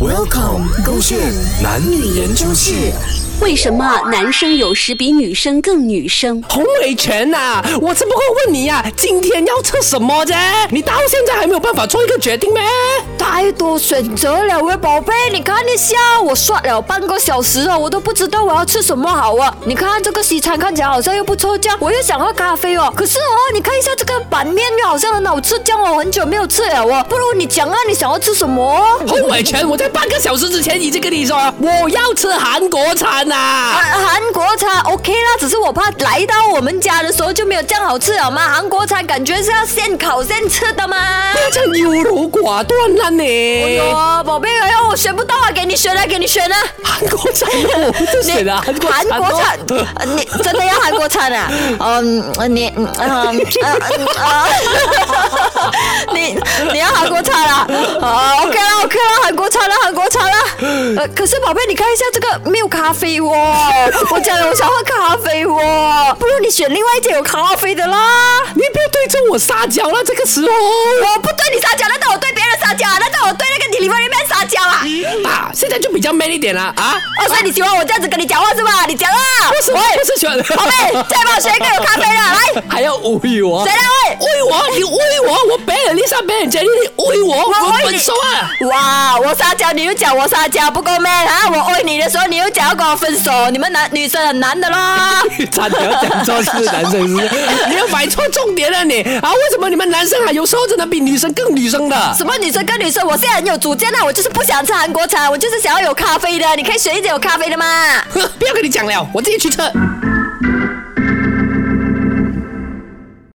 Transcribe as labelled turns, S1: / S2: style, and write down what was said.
S1: Welcome，勾线男女研究室。
S2: 为什么男生有时比女生更女生？
S3: 洪伟全呐、我只不过问你呀、今天要吃什么啫？你到现在还没有办法做一个决 定咩？
S4: 太多选择了喂，宝贝，啊你看一下，我刷了半个小时了，我都不知道我要吃什么好啊！你看这个西餐看起来好像又不错这样，我又想喝咖啡哦。可是哦，你看一下这个板面又好像很好吃这样哦，很久没有吃了哦。不如你讲啊，你想要吃什么哦？
S3: 洪伟全，我在半个小时之前已经跟你说了，我要吃韩国餐呐、
S4: 啊 韩国餐 OK 啦，只是我怕来到我们家的时候就没有这样好吃了嘛。韩国餐感觉是要现烤现吃的嘛。
S3: 不要这样优柔寡断啦
S4: 哎
S3: 你！
S4: 呦，宝贝，哎呦，我选不到啊，给你选啊，给你选啊。
S3: 韩国餐，哦我不是选 了韩国
S4: 韩
S3: 餐、哦。
S4: 国餐，呃你真的要韩国餐啊？嗯，呃你嗯呃嗯啊， 你你要韩国餐啊？啊，OK 啦，OK 啦，韩国餐啦，韩国餐啦。呃，可是宝贝，你看一下这个没有咖啡哦，我讲了我想喝咖啡哦，不如你选另外一间有咖啡的啦。
S3: 你不要对着我撒娇了，这个时候
S4: 我不对你撒娇，难道我对别人撒娇啊？难道我对那个你里面里面撒娇啊？
S3: 啊，现在就比较 man 一点了啊！
S4: 哦，所以你喜欢我这样子跟你讲话是吧？你讲啊，
S3: 不是，我不是选，
S4: 宝贝，再帮我选一个有咖啡的来。
S3: 还要无语我
S4: 谁？来喂？
S3: 喂我，你喂我，我 ban 了 Lisa ban 你喂我，我
S4: 喂
S3: 分
S4: 你
S3: 手啊！
S4: 哇！我撒娇，你又讲我撒娇不够 man 啊！我爱你的时候，你又讲要跟我分手，你们男女生很 难的啦。
S3: 差点要讲错是男生是不是，你要摆错重点了你啊！为什么你们男生啊有时候真的比女生更女生的？
S4: 什么女生跟女生，我现在很有主见啊！我就是不想吃韩啊国茶，我就是想要有咖啡的。你可以选一点有咖啡的嘛。
S3: 呵不要跟你讲了，我自己去测。